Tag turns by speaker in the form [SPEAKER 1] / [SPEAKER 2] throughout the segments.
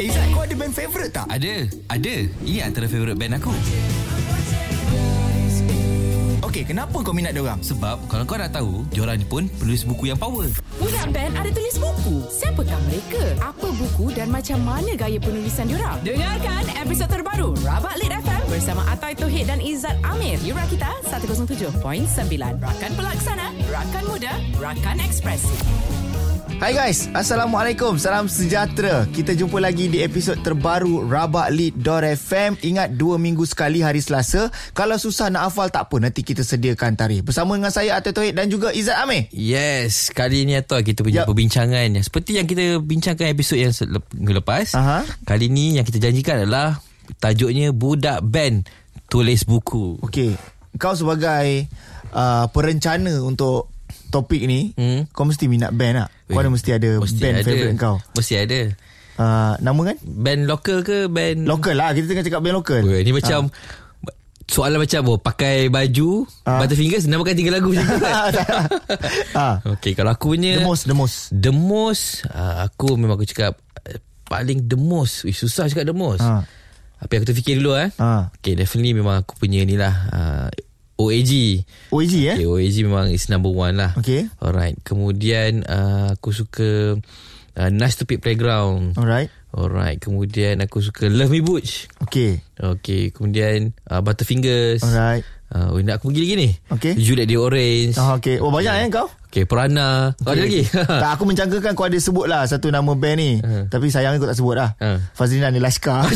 [SPEAKER 1] Eh Zat kau ada band favourite tak?
[SPEAKER 2] Ada, ada. Ini antara favourite band aku.
[SPEAKER 1] Okey kenapa kau minat diorang?
[SPEAKER 2] Sebab kalau kau nak tahu, diorang ni pun penulis buku yang power.
[SPEAKER 3] Budak band ada tulis buku. Siapakah mereka? Apa buku dan macam mana gaya penulisan diorang? Dengarkan episod terbaru Rabak Lit FM bersama Atoy Tohid dan Izzat Amir. Yura kita 107.9. Rakan pelaksana, rakan muda, rakan ekspresi.
[SPEAKER 4] Hai guys, Assalamualaikum, salam sejahtera Kita jumpa lagi di episod terbaru Rabak Lead Dor FM Ingat dua minggu sekali hari Selasa Kalau susah nak hafal tak apa, nanti kita sediakan tarikh Bersama dengan saya Atta Tohid dan juga Izzat Amir
[SPEAKER 5] Yes, kali ni atau kita punya
[SPEAKER 4] Yup.
[SPEAKER 5] yep. perbincangan yang- seperti yang kita bincangkan episod yang selep- minggu lepas.
[SPEAKER 4] Aha.
[SPEAKER 5] Kali ni yang kita janjikan adalah tajuknya budak band tulis buku.
[SPEAKER 4] Okey, kau sebagai uh, perencana untuk topik ni
[SPEAKER 5] Hmm.
[SPEAKER 4] Kau mesti minat band tak? Kau ada mesti ada band favourite kau
[SPEAKER 5] Mesti ada.
[SPEAKER 4] uh, Nama kan?
[SPEAKER 5] Band lokal ke band
[SPEAKER 4] Lokal lah, kita tengah cakap band lokal
[SPEAKER 5] Hmm. Weh, ni macam soalan macam oh, pakai baju
[SPEAKER 4] Ah.
[SPEAKER 5] Butterfingers namakan tiga lagu macam tu kan.
[SPEAKER 4] Ah.
[SPEAKER 5] Okey, kalau aku punya
[SPEAKER 4] The most, the most
[SPEAKER 5] The most uh, Aku memang aku cakap uh, Paling the most Ui, Susah cakap the most
[SPEAKER 4] Ha.
[SPEAKER 5] ha. Apa yang aku terfikir dulu eh
[SPEAKER 4] Ha.
[SPEAKER 5] Okay definitely memang aku punya ni lah uh, OAG
[SPEAKER 4] OAG eh?
[SPEAKER 5] Okay, OAG memang is number one lah
[SPEAKER 4] Okay.
[SPEAKER 5] Alright Kemudian uh, Aku suka uh, Nice to Pick Playground
[SPEAKER 4] Alright
[SPEAKER 5] Alright Kemudian aku suka Love Me Butch
[SPEAKER 4] Okay
[SPEAKER 5] Okay Kemudian uh, Butterfingers
[SPEAKER 4] Alright
[SPEAKER 5] uh, Nak aku pergi lagi ni
[SPEAKER 4] Okay.
[SPEAKER 5] Juliet the Orange
[SPEAKER 4] Ah, okay. Oh banyak eh kau
[SPEAKER 5] Okay Piranha okay. Oh, ada Ya. lagi
[SPEAKER 4] tak aku mencangkakan kau ada sebut lah Satu nama band ni uh. Tapi sayangnya kau tak sebut lah uh.
[SPEAKER 5] Ha.
[SPEAKER 4] Fazlina ni Laskar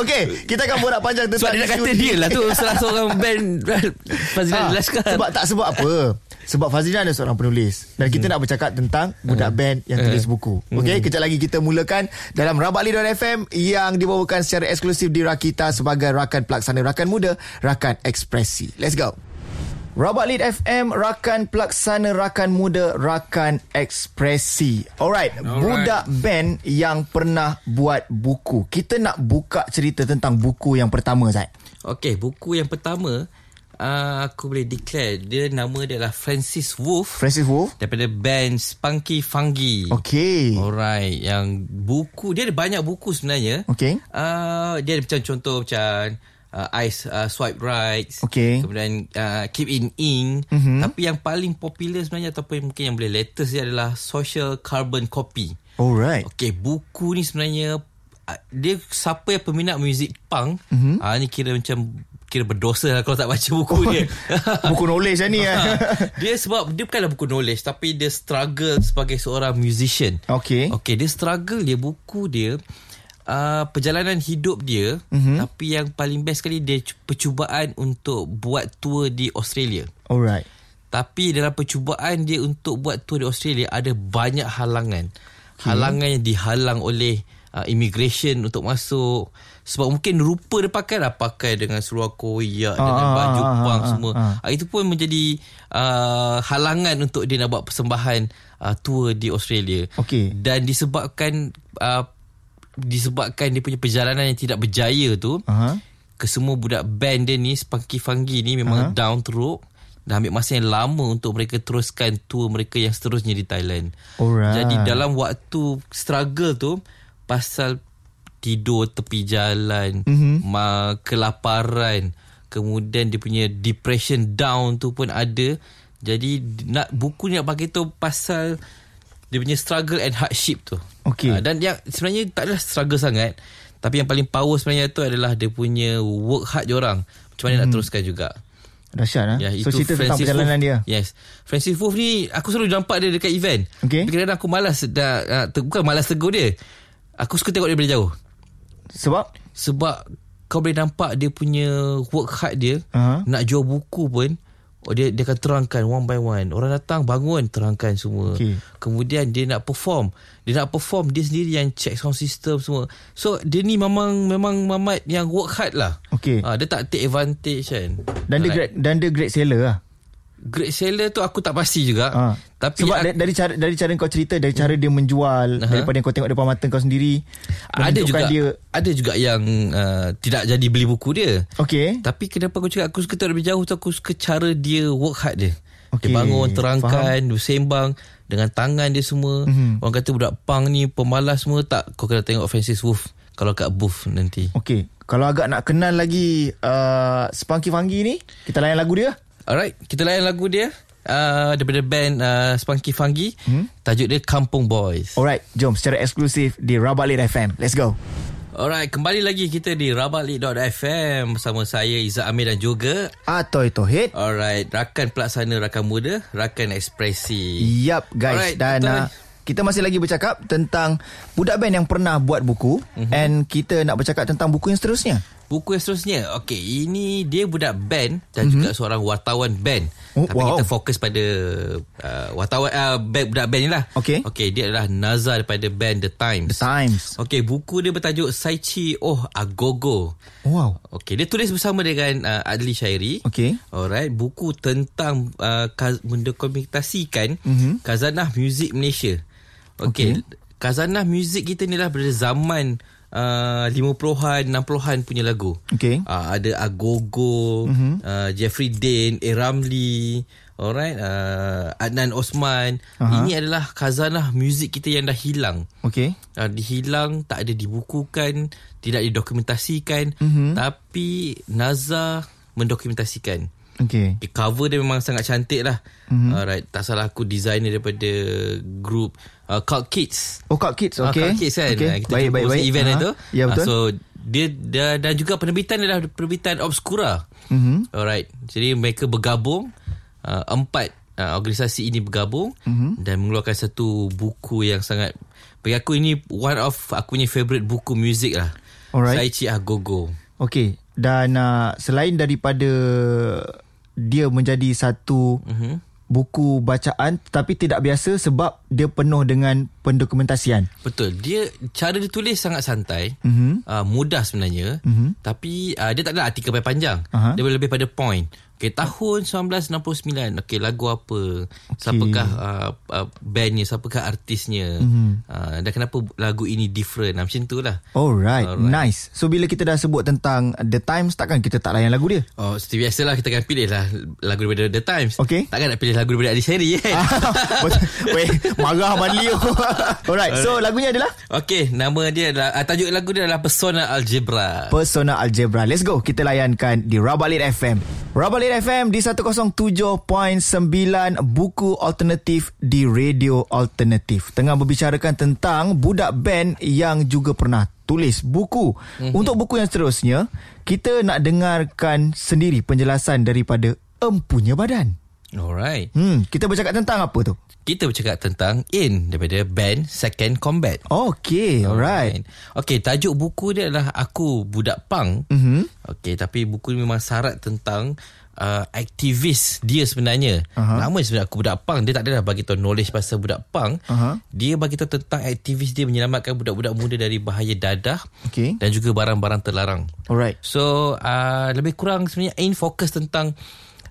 [SPEAKER 4] Okay Kita akan borak panjang
[SPEAKER 5] Sebab
[SPEAKER 4] tentang
[SPEAKER 5] dia nak
[SPEAKER 4] isu
[SPEAKER 5] kata
[SPEAKER 4] ni.
[SPEAKER 5] dia lah tu Salah seorang band Fazlina ha,
[SPEAKER 4] Ha,
[SPEAKER 5] Laskar
[SPEAKER 4] Sebab tak sebab apa Sebab Fazlina adalah seorang penulis Dan kita nak bercakap tentang Budak band yang tulis buku Okay kejap lagi kita mulakan Dalam Rabak Lidon FM Yang dibawakan secara eksklusif di Rakita Sebagai rakan pelaksana Rakan muda Rakan ekspresi Let's go Rabak Lead FM Rakan Pelaksana Rakan Muda Rakan Ekspresi Alright, Alright Budak band Yang pernah buat buku Kita nak buka cerita Tentang buku yang pertama Zat
[SPEAKER 5] Okay buku yang pertama uh, Aku boleh declare Dia nama dia adalah Francis Wolf
[SPEAKER 4] Francis Wolf
[SPEAKER 5] Daripada band Spunky Fungi
[SPEAKER 4] Okay
[SPEAKER 5] Alright Yang buku Dia ada banyak buku sebenarnya
[SPEAKER 4] Okay.
[SPEAKER 5] uh, Dia ada macam contoh macam uh, Ice uh, Swipe Right
[SPEAKER 4] Okay.
[SPEAKER 5] Kemudian uh, Keep in Ink mm-hmm. Tapi yang paling popular sebenarnya Ataupun mungkin yang boleh latest dia adalah Social Carbon Copy
[SPEAKER 4] Alright
[SPEAKER 5] Okay, buku ni sebenarnya ah, dia siapa yang peminat muzik punk, mm-hmm. ah ni kira macam kira berdosa lah kalau tak baca buku oh. dia.
[SPEAKER 4] Buku knowledge lah ni eh.
[SPEAKER 5] dia sebab dia bukanlah buku knowledge tapi dia struggle sebagai seorang musician.
[SPEAKER 4] Okey.
[SPEAKER 5] Okay, dia struggle dia buku dia Uh, perjalanan hidup dia mm-hmm. tapi yang paling best sekali dia cu- percubaan untuk buat tour di Australia.
[SPEAKER 4] Alright
[SPEAKER 5] Tapi dalam percubaan dia untuk buat tour di Australia ada banyak halangan. Okay. Halangan yang dihalang oleh uh, immigration untuk masuk. Sebab mungkin rupa dia pakai lah pakai dengan seluar koyak dengan
[SPEAKER 4] Ah,
[SPEAKER 5] baju
[SPEAKER 4] ah, ah,
[SPEAKER 5] pang
[SPEAKER 4] ah,
[SPEAKER 5] semua. Ah, Itu pun menjadi uh, halangan untuk dia nak buat persembahan uh, tour di Australia.
[SPEAKER 4] Okey.
[SPEAKER 5] Dan disebabkan uh, disebabkan dia punya perjalanan yang tidak berjaya tu,
[SPEAKER 4] Aha.
[SPEAKER 5] kesemua budak band dia ni Spunky Funky ni memang uh-huh. down teruk dah ambil masa yang lama untuk mereka teruskan tour mereka yang seterusnya di Thailand.
[SPEAKER 4] Alright.
[SPEAKER 5] Jadi dalam waktu struggle tu pasal tidur tepi jalan, mm-hmm. ma- kelaparan, kemudian dia punya depression down tu pun ada. Jadi nak buku ni nak bagi tu pasal dia punya struggle and hardship tu.
[SPEAKER 4] Okey.
[SPEAKER 5] Ah, dan yang sebenarnya tak adalah struggle sangat tapi yang paling power sebenarnya tu adalah dia punya work hard orang macam mana hmm. nak teruskan juga
[SPEAKER 4] Dahsyat ha?
[SPEAKER 5] Ya,
[SPEAKER 4] So cerita tentang perjalanan
[SPEAKER 5] Wolf.
[SPEAKER 4] dia
[SPEAKER 5] Yes Francis Wolf ni Aku selalu nampak dia dekat event
[SPEAKER 4] Okey.
[SPEAKER 5] Tapi kadang-kadang aku malas dah, uh, te- Bukan malas tegur dia Aku suka tengok dia dari jauh
[SPEAKER 4] Sebab
[SPEAKER 5] Sebab Kau boleh nampak dia punya Work hard dia
[SPEAKER 4] Aha.
[SPEAKER 5] Nak jual buku pun oh, dia, dia akan terangkan One by one Orang datang bangun Terangkan semua
[SPEAKER 4] Okey.
[SPEAKER 5] Kemudian dia nak perform Dia nak perform Dia sendiri yang check sound system semua So dia ni memang Memang mamat yang work hard lah
[SPEAKER 4] Okey.
[SPEAKER 5] Ah, Dia tak take advantage kan
[SPEAKER 4] Dan dia great, dan dia great seller lah
[SPEAKER 5] Great seller tu aku tak pasti juga.
[SPEAKER 4] ha.
[SPEAKER 5] Tapi
[SPEAKER 4] Sebab
[SPEAKER 5] ak-
[SPEAKER 4] dari, dari cara dari cara kau cerita Dari cara dia menjual
[SPEAKER 5] Aha.
[SPEAKER 4] Daripada yang kau tengok depan mata kau sendiri
[SPEAKER 5] ada
[SPEAKER 4] menunjukkan
[SPEAKER 5] juga
[SPEAKER 4] dia
[SPEAKER 5] dia. ada juga yang uh, tidak jadi beli buku dia.
[SPEAKER 4] Okay
[SPEAKER 5] Tapi kenapa aku cakap aku suka tengok lebih jauh tu aku suka cara dia work hard dia.
[SPEAKER 4] Okey,
[SPEAKER 5] Dia bangun terangkan, dia sembang. dengan tangan dia semua.
[SPEAKER 4] Mhm.
[SPEAKER 5] Mm-hmm. Orang kata budak punk ni pemalas semua tak. Kau kena tengok Francis Wolf kalau kat booth nanti.
[SPEAKER 4] Okey, kalau agak nak kenal lagi uh, Spunky Funky ni, kita layan lagu dia.
[SPEAKER 5] Alright, kita layan lagu dia uh, daripada band uh, Spunky Funky. Hmm? Tajuk dia Kampung Boys.
[SPEAKER 4] Alright, jom secara eksklusif di Rabak Late FM. Let's go.
[SPEAKER 5] Alright, kembali lagi kita di rabatlit.fm bersama saya Izzat Amir dan juga
[SPEAKER 4] Atoy Tohid.
[SPEAKER 5] Alright, rakan pelaksana rakan muda, rakan ekspresi.
[SPEAKER 4] Yap guys Alright,
[SPEAKER 5] Alright,
[SPEAKER 4] dan
[SPEAKER 5] betul.
[SPEAKER 4] uh, kita masih lagi bercakap tentang budak band yang pernah buat buku
[SPEAKER 5] Mhm.
[SPEAKER 4] mm-hmm. and kita nak bercakap tentang buku yang seterusnya.
[SPEAKER 5] Buku yang seterusnya. Okey, ini dia budak band dan mm-hmm. juga seorang wartawan band.
[SPEAKER 4] Mhm. Oh,
[SPEAKER 5] Tapi
[SPEAKER 4] wow.
[SPEAKER 5] kita fokus pada uh, wartawan uh, band, budak band ni lah.
[SPEAKER 4] Okey.
[SPEAKER 5] Okey, dia adalah Nazar daripada band The Times.
[SPEAKER 4] The Times.
[SPEAKER 5] Okey, buku dia bertajuk Saichi Oh Agogo.
[SPEAKER 4] Wow.
[SPEAKER 5] Okey, dia tulis bersama dengan uh, Adli Syairi.
[SPEAKER 4] Okey.
[SPEAKER 5] Alright, buku tentang uh, kaz- mendokumentasikan mm-hmm.
[SPEAKER 4] Mhm.
[SPEAKER 5] khazanah muzik Malaysia. Okey, okay. khazanah muzik kita ni lah pada zaman uh, 50-an, 60-an punya lagu.
[SPEAKER 4] Okey. Mhm.
[SPEAKER 5] Uh, ada Agogo, mm-hmm. uh, Jeffrey Dane, A. Ramli, alright, uh, Adnan Osman.
[SPEAKER 4] Aha.
[SPEAKER 5] Ini adalah khazanah muzik kita yang dah hilang
[SPEAKER 4] Okey.
[SPEAKER 5] uh, dihilang, tak ada dibukukan, tidak didokumentasikan,
[SPEAKER 4] Mhm.
[SPEAKER 5] mm-hmm. tapi Nazar mendokumentasikan.
[SPEAKER 4] Okey.
[SPEAKER 5] Okay, Eh, cover dia memang sangat cantik lah.
[SPEAKER 4] Mhm.
[SPEAKER 5] Mm-hmm. Alright, tak salah aku designer daripada group uh, Cult Kids.
[SPEAKER 4] Oh Cult Kids,
[SPEAKER 5] Ah,
[SPEAKER 4] okey.
[SPEAKER 5] Cult Kids kan.
[SPEAKER 4] Okey.
[SPEAKER 5] Ah, Kita baik, baik, baik. event
[SPEAKER 4] Aha.
[SPEAKER 5] uh-huh. itu.
[SPEAKER 4] Ya betul.
[SPEAKER 5] Ah, so dia dan, dan juga penerbitan dia dah penerbitan Obscura.
[SPEAKER 4] Mhm.
[SPEAKER 5] Mm-hmm. Alright. Jadi mereka bergabung uh, empat uh, organisasi ini bergabung
[SPEAKER 4] Mhm.
[SPEAKER 5] mm-hmm. dan mengeluarkan satu buku yang sangat bagi aku ini one of aku punya favorite buku muzik lah.
[SPEAKER 4] Alright.
[SPEAKER 5] Saichi Agogo.
[SPEAKER 4] Okey, dan uh, selain daripada dia menjadi satu
[SPEAKER 5] Mhm.
[SPEAKER 4] mm-hmm. buku bacaan tapi tidak biasa sebab dia penuh dengan pendokumentasian.
[SPEAKER 5] Betul. Dia cara dia tulis sangat santai,
[SPEAKER 4] Mhm.
[SPEAKER 5] mm-hmm. uh, mudah sebenarnya, mm-hmm. tapi uh, dia tak ada artikel panjang.
[SPEAKER 4] Aha.
[SPEAKER 5] Dia boleh lebih pada point. Okey, tahun 1969. Okey, lagu apa? Okay. Siapakah uh, uh, bandnya? Siapakah artisnya?
[SPEAKER 4] Mhm.
[SPEAKER 5] Mm-hmm. Uh, dan kenapa lagu ini different? Ah, Macam itulah.
[SPEAKER 4] Oh. Alright, Alright, nice. So bila kita dah sebut tentang The Times takkan kita tak layan lagu dia?
[SPEAKER 5] Oh, seperti biasalah kita akan pilih lah lagu daripada The Times.
[SPEAKER 4] Okey. Ah.
[SPEAKER 5] Takkan nak pilih lagu daripada Ali Sherry kan?
[SPEAKER 4] Weh, marah Madli. Alright, so lagunya adalah
[SPEAKER 5] Okey, nama dia adalah, uh, tajuk lagu dia adalah Persona Algebra.
[SPEAKER 4] Persona Algebra. Let's go. Kita layankan di Rabalit FM. Rabalit FM di 107.9 buku alternatif di radio alternatif. Tengah berbicarakan tentang budak band yang juga pernah tulis buku. Mm-hmm. Untuk buku yang seterusnya, kita nak dengarkan sendiri penjelasan daripada Empunya Badan.
[SPEAKER 5] Alright.
[SPEAKER 4] Hmm, kita bercakap tentang apa tu?
[SPEAKER 5] Kita bercakap tentang In daripada band Second Combat.
[SPEAKER 4] Okay, alright.
[SPEAKER 5] Okay, tajuk buku dia adalah Aku Budak Punk. Mm-hmm.
[SPEAKER 4] Mhm.
[SPEAKER 5] Okay, tapi buku ni memang syarat tentang uh, aktivis dia sebenarnya. Uh-huh. Lama sebenarnya Aku Budak Punk. Dia tak adalah bagi tahu knowledge pasal budak punk.
[SPEAKER 4] Aha.
[SPEAKER 5] Dia bagi tahu tentang aktivis dia menyelamatkan budak-budak muda dari bahaya dadah
[SPEAKER 4] Okey.
[SPEAKER 5] dan juga barang-barang terlarang.
[SPEAKER 4] Alright.
[SPEAKER 5] So uh, lebih kurang sebenarnya in fokus tentang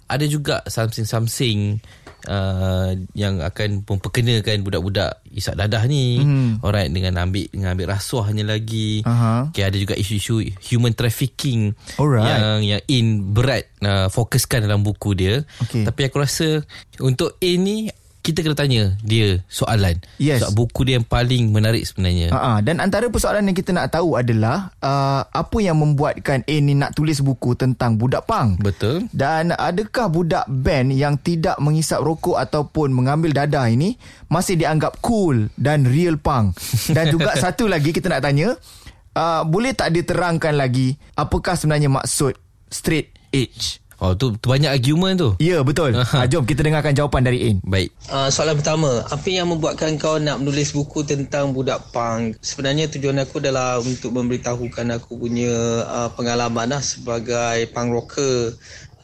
[SPEAKER 5] ada juga something-something uh, yang akan memperkenakan budak-budak isak dadah ni. Mm. Alright dengan ambil dengan ambil rasuahnya lagi.
[SPEAKER 4] Hmm. Aha.
[SPEAKER 5] Okay, ada juga isu-isu human trafficking
[SPEAKER 4] Alright.
[SPEAKER 5] yang yang in berat uh, fokuskan dalam buku dia.
[SPEAKER 4] Okay.
[SPEAKER 5] Tapi aku rasa untuk in ni kita kena tanya dia soalan.
[SPEAKER 4] Yes.
[SPEAKER 5] Sebab buku dia yang paling menarik sebenarnya.
[SPEAKER 4] Uh-huh. Dan antara persoalan yang kita nak tahu adalah uh, apa yang membuatkan A ni nak tulis buku tentang budak pang.
[SPEAKER 5] Betul.
[SPEAKER 4] Dan adakah budak band yang tidak mengisap rokok ataupun mengambil dadah ini masih dianggap cool dan real punk? Dan juga satu lagi kita nak tanya, uh, boleh tak diterangkan lagi apakah sebenarnya maksud straight edge?
[SPEAKER 5] Oh tu, tu banyak argument tu.
[SPEAKER 4] Ya, betul. Uh, jom kita dengarkan jawapan dari Ain.
[SPEAKER 5] Baik.
[SPEAKER 6] Uh, soalan pertama, apa yang membuatkan kau nak menulis buku tentang budak punk? Sebenarnya tujuan aku adalah untuk memberitahukan aku punya uh, pengalaman lah sebagai punk rocker.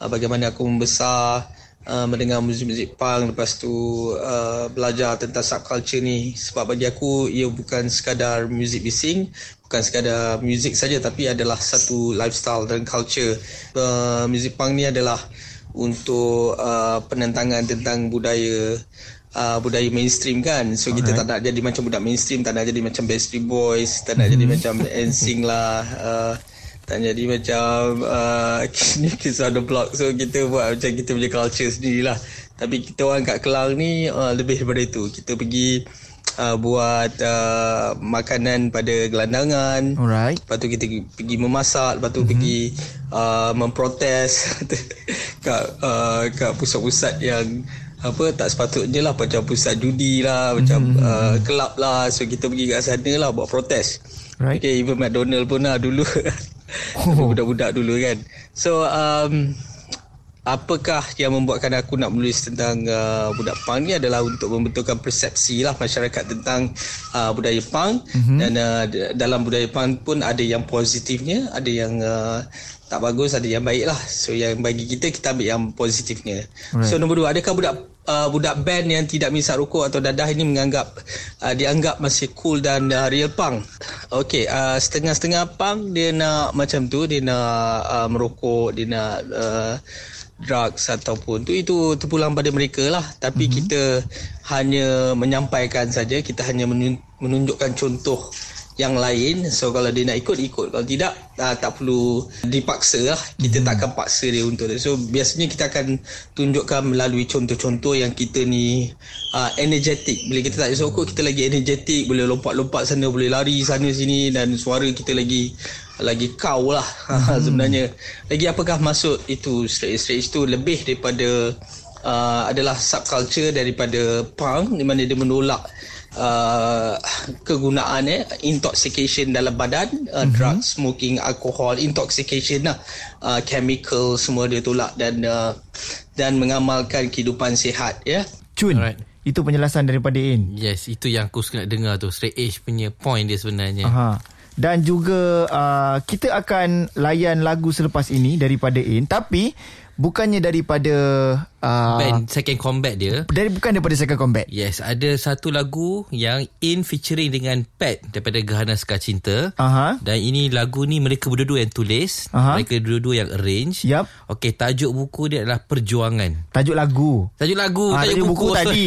[SPEAKER 6] Uh, bagaimana aku membesar, uh, mendengar muzik-muzik punk. Lepas tu uh, belajar tentang subculture ni. Sebab bagi aku ia bukan sekadar muzik bising, bukan sekadar muzik saja tapi adalah satu lifestyle dan culture. Uh, muzik punk ni adalah untuk uh, penentangan tentang budaya uh, budaya mainstream kan so kita tak nak jadi macam budak mainstream tak nak jadi macam Backstreet Boys tak nak jadi macam NSYNC lah uh, tak nak jadi macam uh, Kids on the Block so kita buat macam kita punya culture sendirilah Tapi kita orang kat Kelang ni uh, lebih daripada itu. Kita pergi uh, buat uh, makanan pada gelandangan.
[SPEAKER 4] Alright.
[SPEAKER 6] Lepas tu kita pergi memasak, lepas tu mm-hmm. pergi uh, memprotes kat uh, kat pusat-pusat yang apa tak sepatutnya lah macam pusat judi lah, macam mm-hmm. uh, kelab lah. So kita pergi kat sana lah buat protes.
[SPEAKER 4] Right.
[SPEAKER 6] Okay, even McDonald pun lah dulu. oh. Budak-budak dulu kan. So um, apakah yang membuatkan aku nak menulis tentang uh, budak punk ni adalah untuk membentukkan persepsi lah masyarakat tentang uh, budaya punk mm-hmm. dan uh, d- dalam budaya punk pun ada yang positifnya ada yang uh, tak bagus ada yang baik lah so yang bagi kita kita ambil yang positifnya right. so nombor dua adakah budak uh, budak band yang tidak misal rokok atau dadah ini menganggap uh, dianggap masih cool dan uh, real punk okey uh, setengah-setengah punk dia nak macam tu dia nak uh, merokok dia nak uh, drugs ataupun tu itu terpulang pada mereka lah tapi mm-hmm. kita hanya menyampaikan saja kita hanya menun- menunjukkan contoh yang lain so kalau dia nak ikut ikut kalau tidak uh, tak perlu dipaksa lah kita mm-hmm. takkan paksa dia untuk dia so biasanya kita akan tunjukkan melalui contoh-contoh yang kita ni uh, energetic bila kita tak sokok kita lagi energetic boleh lompat-lompat sana boleh lari sana sini dan suara kita lagi lagi kau lah hmm. sebenarnya lagi apakah maksud itu straight-straight itu lebih daripada uh, adalah subculture daripada punk di mana dia menolak uh, kegunaan eh intoxication dalam badan uh, mm-hmm. drug smoking alkohol intoxication lah uh, chemical semua dia tolak dan uh, dan mengamalkan kehidupan sihat ya yeah?
[SPEAKER 4] Cun
[SPEAKER 5] Alright.
[SPEAKER 4] Itu penjelasan daripada In
[SPEAKER 5] Yes, itu yang aku suka nak dengar tu. Straight edge punya point dia sebenarnya.
[SPEAKER 4] Aha. Dan juga uh, kita akan layan lagu selepas ini daripada In tapi bukannya daripada uh,
[SPEAKER 5] Band second combat dia.
[SPEAKER 4] dari bukan daripada Second Combat.
[SPEAKER 5] Yes, ada satu lagu yang in featuring dengan Pat daripada Gahana Sekar Cinta.
[SPEAKER 4] Aha.
[SPEAKER 5] Dan ini lagu ni mereka berdua yang tulis,
[SPEAKER 4] Aha.
[SPEAKER 5] mereka berdua yang arrange.
[SPEAKER 4] Yap.
[SPEAKER 5] Okey, tajuk buku dia adalah Perjuangan.
[SPEAKER 4] Tajuk lagu.
[SPEAKER 5] Tajuk lagu,
[SPEAKER 4] Ah,
[SPEAKER 5] Oh, tajuk
[SPEAKER 4] tajuk buku
[SPEAKER 5] buku
[SPEAKER 4] tadi.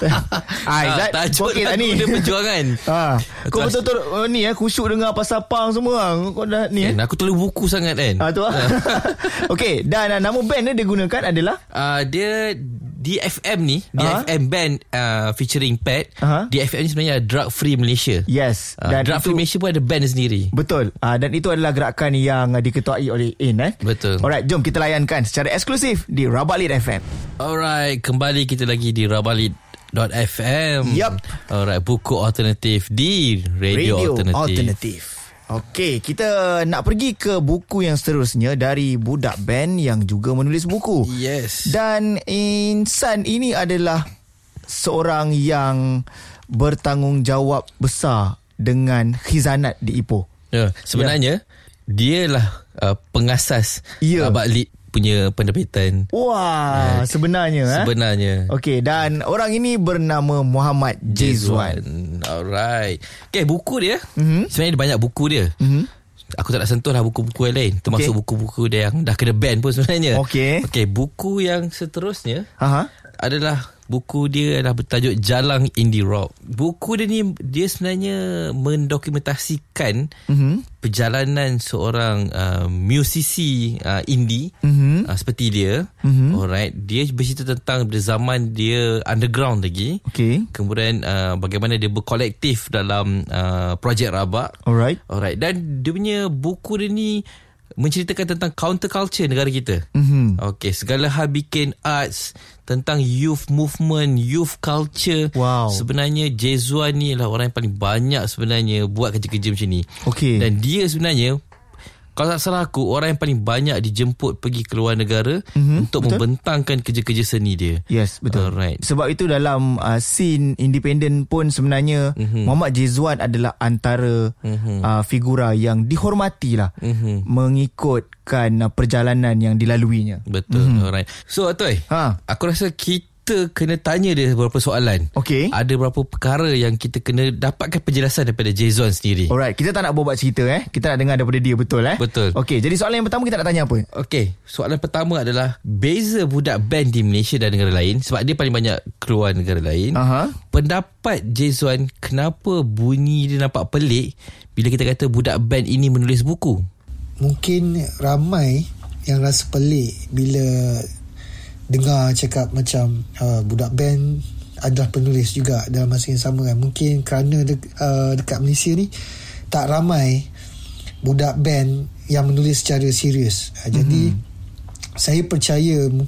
[SPEAKER 4] Ah,
[SPEAKER 5] Ah,
[SPEAKER 4] Izzat,
[SPEAKER 5] tajuk
[SPEAKER 4] kau okey tak
[SPEAKER 5] lagu
[SPEAKER 4] ni?
[SPEAKER 5] dia Perjuangan.
[SPEAKER 4] Ha, kau
[SPEAKER 5] Lepas-
[SPEAKER 4] betul-betul uh, ni eh khusyuk dengar pasal pang semua ah. Kau dah ni eh.
[SPEAKER 5] Kan, aku terlalu buku sangat kan.
[SPEAKER 4] Ah tu ah. Okey, dan ah, nama band dia digunakan adalah
[SPEAKER 5] uh, dia DFM ni
[SPEAKER 4] Aha.
[SPEAKER 5] DFM band uh, featuring Pat
[SPEAKER 4] Aha.
[SPEAKER 5] DFM ni sebenarnya Drug Free Malaysia
[SPEAKER 4] Yes,
[SPEAKER 5] uh,
[SPEAKER 4] dan
[SPEAKER 5] Drug
[SPEAKER 4] itu-
[SPEAKER 5] Free Malaysia pun ada band dia sendiri
[SPEAKER 4] Betul. Ah dan itu adalah gerakan yang ah, diketuai oleh In eh.
[SPEAKER 5] Betul.
[SPEAKER 4] Alright, jom kita layankan secara eksklusif di Rabak Lit FM.
[SPEAKER 5] Alright Kembali kita lagi di Rabalit.fm
[SPEAKER 4] Yup.
[SPEAKER 5] Alright Buku alternatif di Radio, Radio Alternatif, alternatif.
[SPEAKER 4] Okey, kita nak pergi ke buku yang seterusnya dari budak band yang juga menulis buku.
[SPEAKER 5] Yes.
[SPEAKER 4] Dan insan ini adalah seorang yang bertanggungjawab besar dengan khizanat di Ipoh.
[SPEAKER 5] Ya, Sebenarnya Dia lah uh, pengasas
[SPEAKER 4] Ya.
[SPEAKER 5] Rabalit punya pendapatan
[SPEAKER 4] Wah, sebenarnya eh.
[SPEAKER 5] Sebenarnya
[SPEAKER 4] Okey, dan orang ini bernama Muhammad Jizwan.
[SPEAKER 5] Alright Okay buku dia mm-hmm. Sebenarnya ada banyak buku dia mm-hmm. Aku tak nak sentuh lah buku-buku yang lain Termasuk
[SPEAKER 4] Okey.
[SPEAKER 5] okay. buku-buku dia yang dah kena ban pun sebenarnya
[SPEAKER 4] Okey.
[SPEAKER 5] Okay buku yang seterusnya
[SPEAKER 4] Aha.
[SPEAKER 5] Adalah Buku dia adalah bertajuk Jalang Indie Rock Buku dia ni Dia sebenarnya Mendokumentasikan mm-hmm. Perjalanan seorang uh, Musisi uh, Indie mm-hmm. uh, Seperti dia mm-hmm. Alright Dia bercerita tentang Dari zaman dia Underground lagi
[SPEAKER 4] Okey.
[SPEAKER 5] Kemudian uh, bagaimana dia berkolektif dalam uh, projek Rabak.
[SPEAKER 4] Alright.
[SPEAKER 5] Alright. Dan dia punya buku dia ni menceritakan tentang counter culture negara kita. Mm-hmm.
[SPEAKER 4] Mhm.
[SPEAKER 5] Okay, segala hal bikin arts tentang youth movement, youth culture.
[SPEAKER 4] Wow.
[SPEAKER 5] Sebenarnya Jezuan ni lah orang yang paling banyak sebenarnya buat kerja-kerja macam ni.
[SPEAKER 4] Okey.
[SPEAKER 5] Dan dia sebenarnya kalau tak salah aku orang yang paling banyak dijemput pergi ke luar negara
[SPEAKER 4] Mhm,
[SPEAKER 5] mm-hmm. untuk Betul. membentangkan kerja-kerja seni dia.
[SPEAKER 4] Yes, betul.
[SPEAKER 5] Alright.
[SPEAKER 4] Sebab itu dalam uh, scene independent pun sebenarnya
[SPEAKER 5] Mhm.
[SPEAKER 4] mm-hmm. Muhammad Jizwan adalah antara mm-hmm. uh, figura yang dihormati lah
[SPEAKER 5] Mhm.
[SPEAKER 4] mm-hmm. mengikutkan uh, perjalanan yang dilaluinya.
[SPEAKER 5] Betul mm-hmm. Alright So Atoy
[SPEAKER 4] Mhm. Ha.
[SPEAKER 5] ha. Aku rasa kita Kena tanya dia Beberapa soalan
[SPEAKER 4] Okey.
[SPEAKER 5] Ada berapa perkara Yang kita kena Dapatkan penjelasan Daripada Jason sendiri
[SPEAKER 4] Alright, kita tak nak buat cerita eh. Kita nak dengar daripada dia betul eh.
[SPEAKER 5] Betul.
[SPEAKER 4] Okey, jadi soalan yang pertama kita nak tanya apa?
[SPEAKER 5] Okey, soalan pertama adalah beza budak band di Malaysia dan negara lain sebab dia paling banyak keluar negara lain.
[SPEAKER 4] Aha.
[SPEAKER 5] Pendapat Jason kenapa bunyi dia nampak pelik bila kita kata budak band ini menulis buku?
[SPEAKER 7] mungkin ramai yang rasa pelik bila dengar cakap macam uh, budak band adalah penulis juga dalam masa yang sama kan. Mungkin kerana de, uh, dekat Malaysia ni tak ramai budak band yang menulis secara serius. Uh, jadi saya percaya mu-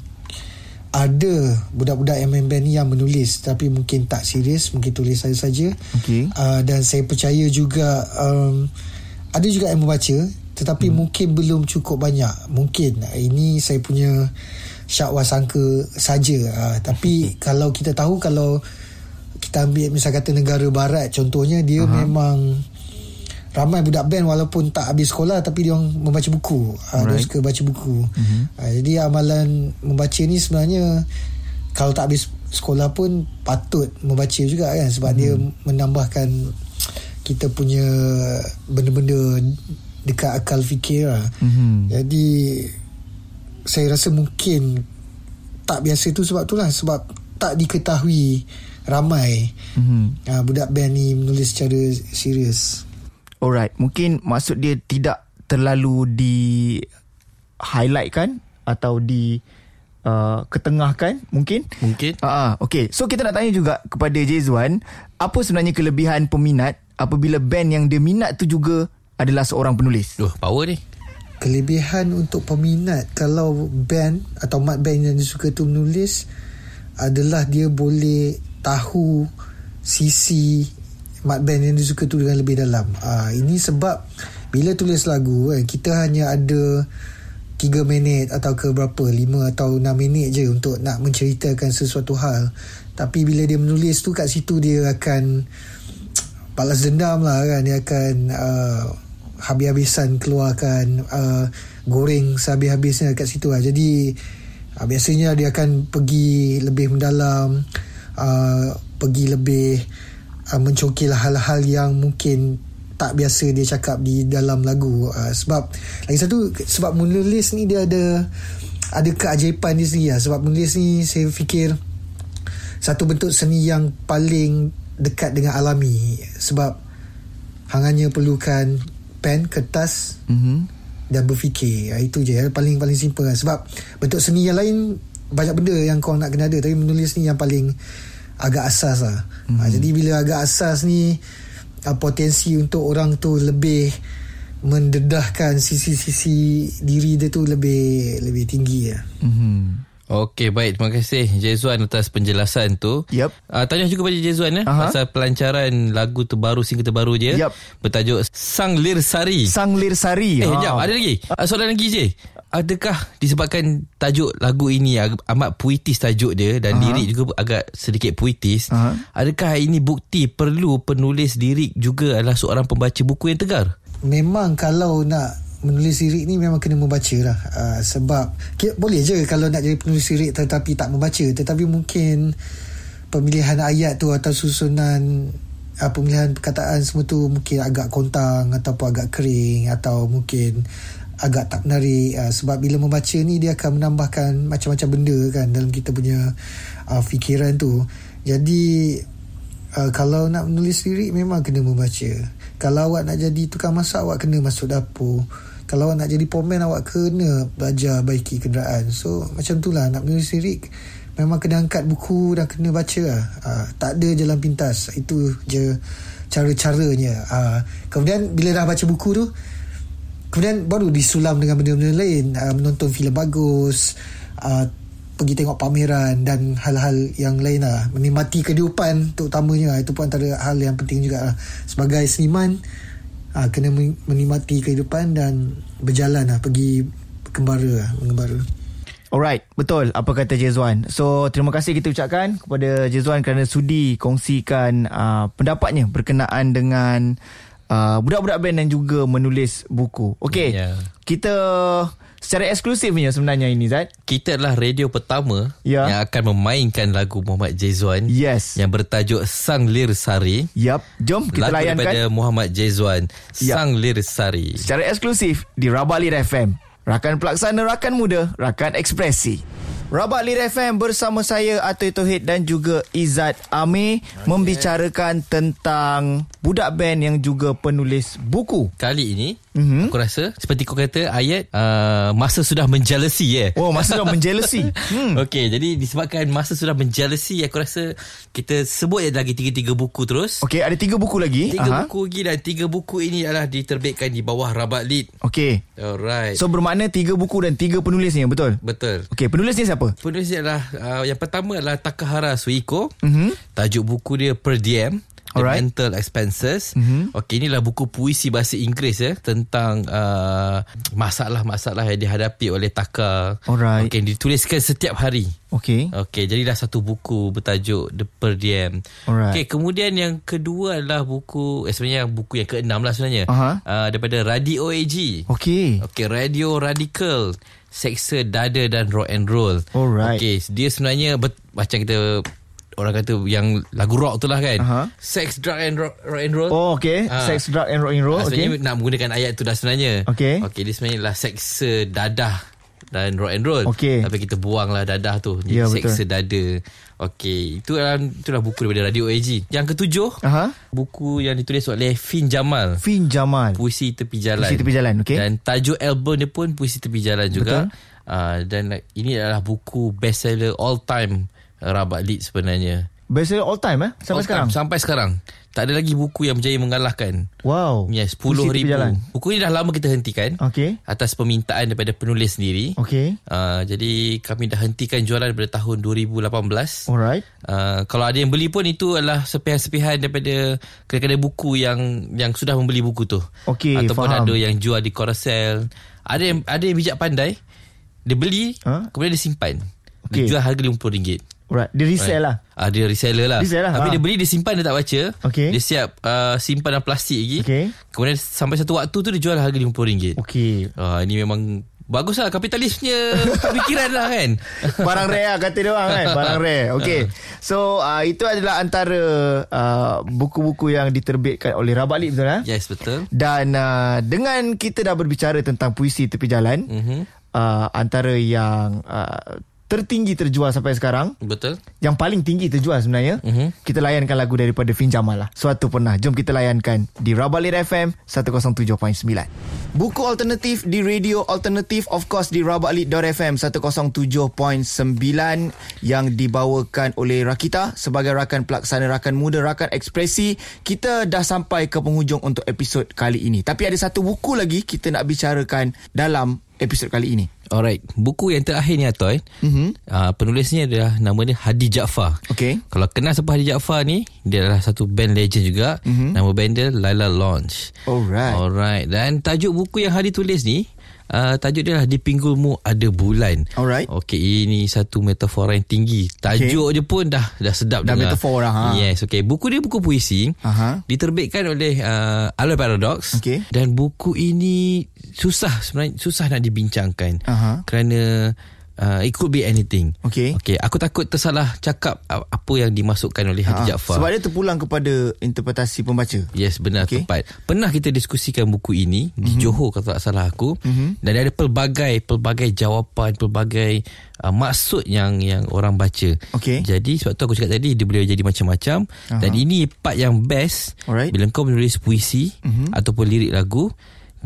[SPEAKER 7] ada budak-budak yang main band ni yang menulis tapi mungkin tak serius, mungkin tulis saja-saja.
[SPEAKER 4] Okey.
[SPEAKER 7] Uh, dan saya percaya juga um, ada juga yang membaca tetapi hmm. mungkin belum cukup banyak. Mungkin uh, ini saya punya syakwa sangka saja. Uh, tapi kalau kita tahu kalau kita ambil misal kata negara barat contohnya dia uh-huh. memang ramai budak band walaupun tak habis sekolah tapi dia orang membaca buku. Uh, right. Dia suka baca buku. Uh-huh. Uh, jadi amalan membaca ni sebenarnya kalau tak habis sekolah pun patut membaca juga kan sebab hmm. dia menambahkan kita punya benda-benda dekat akal fikir lah.
[SPEAKER 4] Mhm.
[SPEAKER 7] Hmm. Jadi saya rasa mungkin tak biasa tu sebab itulah sebab tak diketahui ramai hmm. uh, budak band ni menulis secara serius.
[SPEAKER 4] Alright, mungkin maksud dia tidak terlalu di highlight kan atau di uh, ketengahkan mungkin.
[SPEAKER 5] Mungkin.
[SPEAKER 4] Ah, uh, okay. So kita nak tanya juga kepada Jezwan, apa sebenarnya kelebihan peminat apabila band yang dia minat tu juga adalah seorang penulis?
[SPEAKER 5] Duh, power ni.
[SPEAKER 7] kelebihan untuk peminat kalau band atau mat band yang dia suka tu menulis adalah dia boleh tahu sisi mat band yang dia suka tu dengan lebih dalam. Ah ini sebab bila tulis lagu kan kita hanya ada 3 minit atau ke berapa 5 atau 6 minit je untuk nak menceritakan sesuatu hal. Tapi bila dia menulis tu kat situ dia akan balas dendam lah kan dia akan uh, habis-habisan keluarkan uh, goreng sehabis-habisnya kat situ lah jadi uh, biasanya dia akan pergi lebih mendalam uh, pergi lebih uh, mencokil hal-hal yang mungkin tak biasa dia cakap di dalam lagu uh, sebab lagi satu sebab menulis ni dia ada ada keajaiban dia sendiri lah sebab menulis ni saya fikir satu bentuk seni yang paling dekat dengan alami sebab hanya perlukan pen, kertas
[SPEAKER 4] Mm-hmm.
[SPEAKER 7] dan berfikir. Ha, Itu je paling paling simple lah. sebab bentuk seni yang lain banyak benda yang kau nak kena ada tapi menulis ni yang paling agak asas lah. Mm-hmm. Ha, jadi bila agak asas ni ah, potensi untuk orang tu lebih mendedahkan sisi-sisi diri dia tu lebih lebih tinggi lah.
[SPEAKER 4] Mm-hmm.
[SPEAKER 5] Hmm. Okey, baik. Terima kasih Jezuan atas penjelasan tu.
[SPEAKER 4] Yep.
[SPEAKER 5] Uh, tanya juga pada Jezuan ya,
[SPEAKER 4] Aha.
[SPEAKER 5] pasal pelancaran lagu terbaru, single terbaru dia.
[SPEAKER 4] Yep.
[SPEAKER 5] Bertajuk Sang Lir Sari.
[SPEAKER 4] Sang Lir Sari.
[SPEAKER 5] Eh,
[SPEAKER 4] Ah.
[SPEAKER 5] jap. Ada lagi. Uh, soalan lagi, Jay. Adakah disebabkan tajuk lagu ini ag- amat puitis tajuk dia dan uh-huh. lirik juga agak sedikit puitis,
[SPEAKER 4] Aha.
[SPEAKER 5] uh-huh. adakah ini bukti perlu penulis lirik juga adalah seorang pembaca buku yang tegar?
[SPEAKER 7] memang kalau nak menulis sirik ni memang kena membaca lah uh, sebab ki- boleh je kalau nak jadi penulis sirik tetapi tak membaca tetapi mungkin pemilihan ayat tu atau susunan uh, pemilihan perkataan semua tu mungkin agak kontang ataupun agak kering atau mungkin agak tak menarik uh, sebab bila membaca ni dia akan menambahkan macam-macam benda kan dalam kita punya uh, fikiran tu jadi Uh, kalau nak menulis lirik memang kena membaca. Kalau awak nak jadi tukang masak awak kena masuk dapur. Kalau awak nak jadi pomen awak kena belajar baiki kenderaan. So macam tu lah nak menulis lirik memang kena angkat buku dan kena baca lah. Uh, tak ada jalan pintas. Itu je cara-caranya. Uh, kemudian bila dah baca buku tu Kemudian baru disulam dengan benda-benda lain uh, Menonton filem bagus uh, Pergi tengok pameran Dan hal-hal yang lain lah Menikmati kehidupan terutamanya Itu pun antara hal yang penting juga lah Sebagai seniman uh, Kena men- menikmati kehidupan Dan berjalan lah Pergi kembara lah Mengembara
[SPEAKER 4] Alright, betul apa kata Jezwan. So, terima kasih kita ucapkan kepada Jezwan kerana sudi kongsikan uh, pendapatnya berkenaan dengan uh, budak-budak band dan juga menulis buku. Okey.
[SPEAKER 5] Ya.
[SPEAKER 4] Yeah. Kita secara eksklusifnya sebenarnya ini Zat.
[SPEAKER 5] Kita adalah radio pertama
[SPEAKER 4] Ya.
[SPEAKER 5] yang akan memainkan lagu Muhammad Jezuan
[SPEAKER 4] Yes.
[SPEAKER 5] yang bertajuk Sang Lir Sari.
[SPEAKER 4] Yap, jom kita
[SPEAKER 5] lagu
[SPEAKER 4] layankan
[SPEAKER 5] daripada Muhammad Jezuan
[SPEAKER 4] Ya.
[SPEAKER 5] Sang Lir Sari.
[SPEAKER 4] secara eksklusif di Rabalir FM. Rakan pelaksana, rakan muda, rakan ekspresi. Rabak Lir FM bersama saya Atoy Tohid dan juga Izzat Amir membicarakan tentang budak band yang juga penulis buku.
[SPEAKER 5] Kali ini
[SPEAKER 4] Mhm.
[SPEAKER 5] mm-hmm. Aku rasa Seperti kau kata Ayat uh, Masa sudah menjealousy eh.
[SPEAKER 4] Oh, masa dah menjealousy.
[SPEAKER 5] Hmm. Okey, jadi disebabkan masa sudah menjealousy, aku rasa kita sebut je lagi tiga-tiga buku terus.
[SPEAKER 4] Okey, ada tiga buku lagi.
[SPEAKER 5] Tiga Aha. buku lagi dan tiga buku ini adalah diterbitkan di bawah Rabat Lid.
[SPEAKER 4] Okey.
[SPEAKER 5] Alright. So,
[SPEAKER 4] So bermakna tiga buku dan tiga penulisnya, betul?
[SPEAKER 5] Betul.
[SPEAKER 4] Okey, penulis ni siapa?
[SPEAKER 5] Penulis dia adalah uh, yang pertama adalah Takahara Suiko. Mm-hmm. Tajuk buku dia Per Diem. The
[SPEAKER 4] Mhm. Alright. Mhm.
[SPEAKER 5] Mental Expenses. Mm-hmm. Okey, inilah buku puisi bahasa Inggeris ya tentang uh, masalah-masalah yang dihadapi oleh Taka.
[SPEAKER 4] Alright.
[SPEAKER 5] Okey, dituliskan setiap hari.
[SPEAKER 4] Okey.
[SPEAKER 5] Okey, jadi dah satu buku bertajuk The Per Diem.
[SPEAKER 4] Alright.
[SPEAKER 5] Okey, kemudian yang kedua adalah buku eh sebenarnya buku yang keenam lah sebenarnya.
[SPEAKER 4] Aha.
[SPEAKER 5] Uh, daripada Radio AG.
[SPEAKER 4] Okey.
[SPEAKER 5] Okey, Radio Radical, Seksa Dada dan Rock and Roll.
[SPEAKER 4] Alright.
[SPEAKER 5] Okey, dia sebenarnya bet, macam kita orang kata yang lagu rock tu lah kan.
[SPEAKER 4] Aha.
[SPEAKER 5] Sex, drug and rock, rock and roll.
[SPEAKER 4] Oh, okey.
[SPEAKER 5] Ah.
[SPEAKER 4] Sex, drug and rock and roll.
[SPEAKER 5] Ah,
[SPEAKER 4] Okey.
[SPEAKER 5] Sebenarnya nak menggunakan ayat tu dah sebenarnya.
[SPEAKER 4] Okey.
[SPEAKER 5] Okey, dia sebenarnya lah seksa dadah dan rock and roll.
[SPEAKER 4] Okey.
[SPEAKER 5] Tapi kita buanglah dadah tu. Jadi
[SPEAKER 4] Ya, betul.
[SPEAKER 5] seksa dada. Okey, itu adalah itulah buku daripada Radio AG. Yang ketujuh,
[SPEAKER 4] Aha.
[SPEAKER 5] buku yang ditulis oleh Fin Jamal.
[SPEAKER 4] Fin Jamal.
[SPEAKER 5] Puisi Tepi Jalan.
[SPEAKER 4] Puisi Tepi Jalan, okey.
[SPEAKER 5] Dan tajuk album dia pun Puisi Tepi Jalan juga. Uh, dan like, ini adalah buku bestseller all time uh, Rabat Lead sebenarnya.
[SPEAKER 4] Bestseller all time eh? Sampai
[SPEAKER 5] All
[SPEAKER 4] sekarang.
[SPEAKER 5] time, sampai sekarang. Tak ada lagi buku yang berjaya mengalahkan.
[SPEAKER 4] Wow.
[SPEAKER 5] Ya,
[SPEAKER 4] Puisi Tepi
[SPEAKER 5] RM10,000.
[SPEAKER 4] Jalan.
[SPEAKER 5] Buku ni dah lama kita hentikan.
[SPEAKER 4] Okey.
[SPEAKER 5] Atas permintaan daripada penulis sendiri.
[SPEAKER 4] Okey.
[SPEAKER 5] Uh, jadi kami dah hentikan jualan daripada tahun 2018.
[SPEAKER 4] Alright.
[SPEAKER 5] Uh, kalau ada yang beli pun itu adalah sepihan-sepihan daripada kedai-kedai buku yang yang sudah membeli buku tu.
[SPEAKER 4] Okey,
[SPEAKER 5] Ataupun
[SPEAKER 4] faham.
[SPEAKER 5] ada yang jual di Carousel. Ada yang ada yang bijak pandai. Dia beli,
[SPEAKER 4] Ha?
[SPEAKER 5] kemudian dia simpan.
[SPEAKER 4] Okey.
[SPEAKER 5] Dia jual harga RM50.
[SPEAKER 4] Alright. Dia resell lah.
[SPEAKER 5] Ah, dia reseller lah.
[SPEAKER 4] Reseller lah,
[SPEAKER 5] Tapi
[SPEAKER 4] ah.
[SPEAKER 5] dia beli, dia simpan, dia tak baca.
[SPEAKER 4] Okey.
[SPEAKER 5] Dia siap uh, simpan dalam plastik lagi.
[SPEAKER 4] Okey.
[SPEAKER 5] Kemudian sampai satu waktu tu dia jual harga RM50.
[SPEAKER 4] Okey.
[SPEAKER 5] Ah, ini memang bagus lah kapitalisnya pemikiran lah kan.
[SPEAKER 4] Barang rare lah kata dia orang kan Barang rare Okay So uh, itu adalah antara uh, Buku-buku yang diterbitkan oleh Rabak Lip betul lah yeah.
[SPEAKER 5] Yes, betul.
[SPEAKER 4] Dan uh, dengan kita dah berbicara tentang puisi tepi jalan mm-hmm. uh, Antara yang uh, tertinggi terjual sampai sekarang
[SPEAKER 5] Betul.
[SPEAKER 4] yang paling tinggi terjual sebenarnya mm-hmm. Kita layankan lagu daripada Fin Jamal lah Suatu pernah Jom kita layankan Di Rabalir FM 107.9 Buku alternatif di radio alternatif Of course di rabalir.fm 107.9 Yang dibawakan oleh Rakita Sebagai rakan pelaksana rakan muda Rakan ekspresi Kita dah sampai ke penghujung untuk episod kali ini Tapi ada satu buku lagi Kita nak bicarakan dalam episod kali ini
[SPEAKER 5] Alright, buku yang terakhir ni Atoy. Mm-hmm. Uh, penulisnya adalah nama dia Hadi Jaafar.
[SPEAKER 4] Mhm. Okey.
[SPEAKER 5] Kalau kenal siapa Hadi Jaafar ni, dia adalah satu band legend juga. Mm-hmm. Nama band dia Laila Launch.
[SPEAKER 4] Mhm.
[SPEAKER 5] Oh.
[SPEAKER 4] Alright.
[SPEAKER 5] Alright. Dan tajuk buku yang Hadi tulis ni, uh, tajuk dia lah Di Pinggulmu Ada Bulan.
[SPEAKER 4] Alright.
[SPEAKER 5] Okey, ini satu metafora yang tinggi. Tajuk okay. je pun dah dah sedap
[SPEAKER 4] Dah
[SPEAKER 5] dengar.
[SPEAKER 4] metafora, ha.
[SPEAKER 5] Yes, okey. Buku dia buku puisi.
[SPEAKER 4] Aha.
[SPEAKER 5] Diterbitkan oleh uh, Aloy Paradox.
[SPEAKER 4] Ha? Okey.
[SPEAKER 5] Dan buku ini susah sebenarnya susah nak dibincangkan.
[SPEAKER 4] Aha.
[SPEAKER 5] Kerana uh, it could be anything.
[SPEAKER 4] Okey.
[SPEAKER 5] Okey, aku takut tersalah cakap uh, apa yang dimasukkan oleh Hadi
[SPEAKER 4] Ah,
[SPEAKER 5] Jaafar.
[SPEAKER 4] Sebab dia terpulang kepada interpretasi pembaca
[SPEAKER 5] Yes benar
[SPEAKER 4] Okey. Mhm.
[SPEAKER 5] okay. tepat Pernah kita diskusikan buku ini Di mm-hmm. Johor kalau tak salah aku mm-hmm. Dan dia ada pelbagai Pelbagai jawapan Pelbagai uh, maksud yang yang orang baca
[SPEAKER 4] Okey.
[SPEAKER 5] Jadi sebab tu aku cakap tadi Dia boleh jadi macam-macam uh-huh. Dan ini part yang best
[SPEAKER 4] Alright. Mhm.
[SPEAKER 5] Bila kau menulis puisi mm-hmm. Ataupun lirik lagu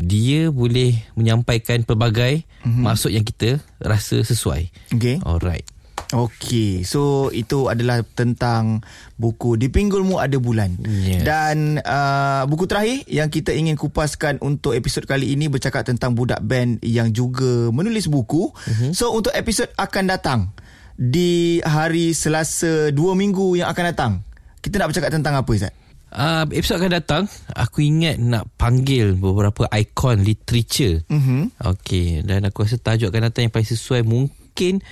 [SPEAKER 5] Dia boleh menyampaikan pelbagai mm-hmm. Maksud yang kita rasa sesuai
[SPEAKER 4] Mhm. Okey.
[SPEAKER 5] Alright
[SPEAKER 4] Okey, so itu adalah tentang buku Di Pinggulmu Ada Bulan.
[SPEAKER 5] Yes.
[SPEAKER 4] Dan uh, buku terakhir yang kita ingin kupaskan untuk episod kali ini bercakap tentang budak band yang juga menulis buku. Uh-huh. So untuk episod akan datang di hari Selasa dua minggu yang akan datang. Kita nak bercakap tentang apa Izzat?
[SPEAKER 5] Uh, episod akan datang Aku ingat nak panggil Beberapa ikon literature mm-hmm. Okay Dan aku rasa tajuk akan datang Yang paling sesuai mungkin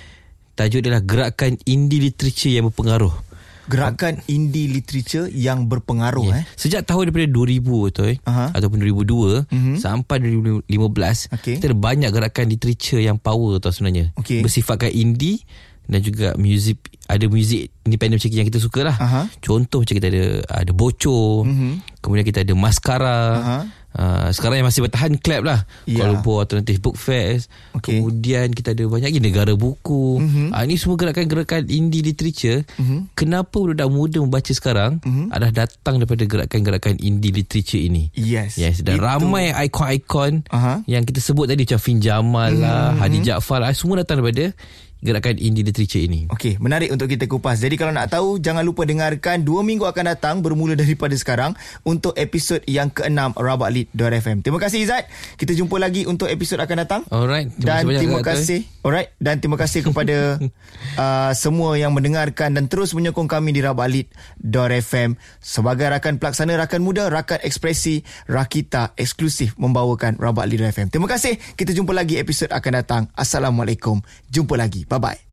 [SPEAKER 5] Tajuk adalah Gerakan indie literature yang berpengaruh
[SPEAKER 4] Gerakan indie literature yang berpengaruh eh.
[SPEAKER 5] Sejak tahun daripada 2000 tu eh,
[SPEAKER 4] Aha. Mhm.
[SPEAKER 5] Ataupun 2002 mm-hmm. Sampai 2015
[SPEAKER 4] Okey.
[SPEAKER 5] Kita ada banyak gerakan literature yang power tau sebenarnya
[SPEAKER 4] Okey.
[SPEAKER 5] Bersifatkan indie dan juga music ada music independent macam yang kita suka lah.
[SPEAKER 4] Aha. Mhm.
[SPEAKER 5] Contoh macam kita ada ada bocor, mm-hmm. kemudian kita ada maskara,
[SPEAKER 4] Aha.
[SPEAKER 5] uh, Uh, sekarang yang masih bertahan Clap lah
[SPEAKER 4] Ya.
[SPEAKER 5] yeah. Kuala Lumpur Alternative Book Fest
[SPEAKER 4] Okey.
[SPEAKER 5] okay. Kemudian kita ada banyak lagi Negara
[SPEAKER 4] Mhm.
[SPEAKER 5] buku mm-hmm. uh, Ini semua gerakan-gerakan Indie literature mm-hmm. Kenapa budak muda Membaca sekarang
[SPEAKER 4] Mhm.
[SPEAKER 5] mm-hmm. Adalah datang daripada Gerakan-gerakan Indie literature ini
[SPEAKER 4] Yes.
[SPEAKER 5] Yes
[SPEAKER 4] Itu-
[SPEAKER 5] Dan ramai ikon-ikon
[SPEAKER 4] Aha. Mhm.
[SPEAKER 5] uh-huh. Yang kita sebut tadi Macam Fin Jamal lah Hadi Jaafar lah Semua datang daripada Gerakan indie literature ini
[SPEAKER 4] Okey, menarik untuk kita kupas. Jadi kalau nak tahu, jangan lupa dengarkan 2 minggu akan datang bermula daripada sekarang untuk episod yang ke-6 Rabak Lead FM. Terima kasih Izzat. Kita jumpa lagi untuk episod akan datang.
[SPEAKER 5] Alright, Oh, terima
[SPEAKER 4] dan
[SPEAKER 5] kasih banyak, eh.
[SPEAKER 4] terima
[SPEAKER 5] Kak Atul.
[SPEAKER 4] kasih. Alright, dan terima kasih kepada uh, semua yang mendengarkan dan terus menyokong kami di Rabak Lead FM sebagai rakan pelaksana rakan muda, rakan ekspresi Rakita eksklusif membawakan Rabak Lead FM. Terima kasih. Kita jumpa lagi episod akan datang. Assalamualaikum. Jumpa lagi. Bye bye.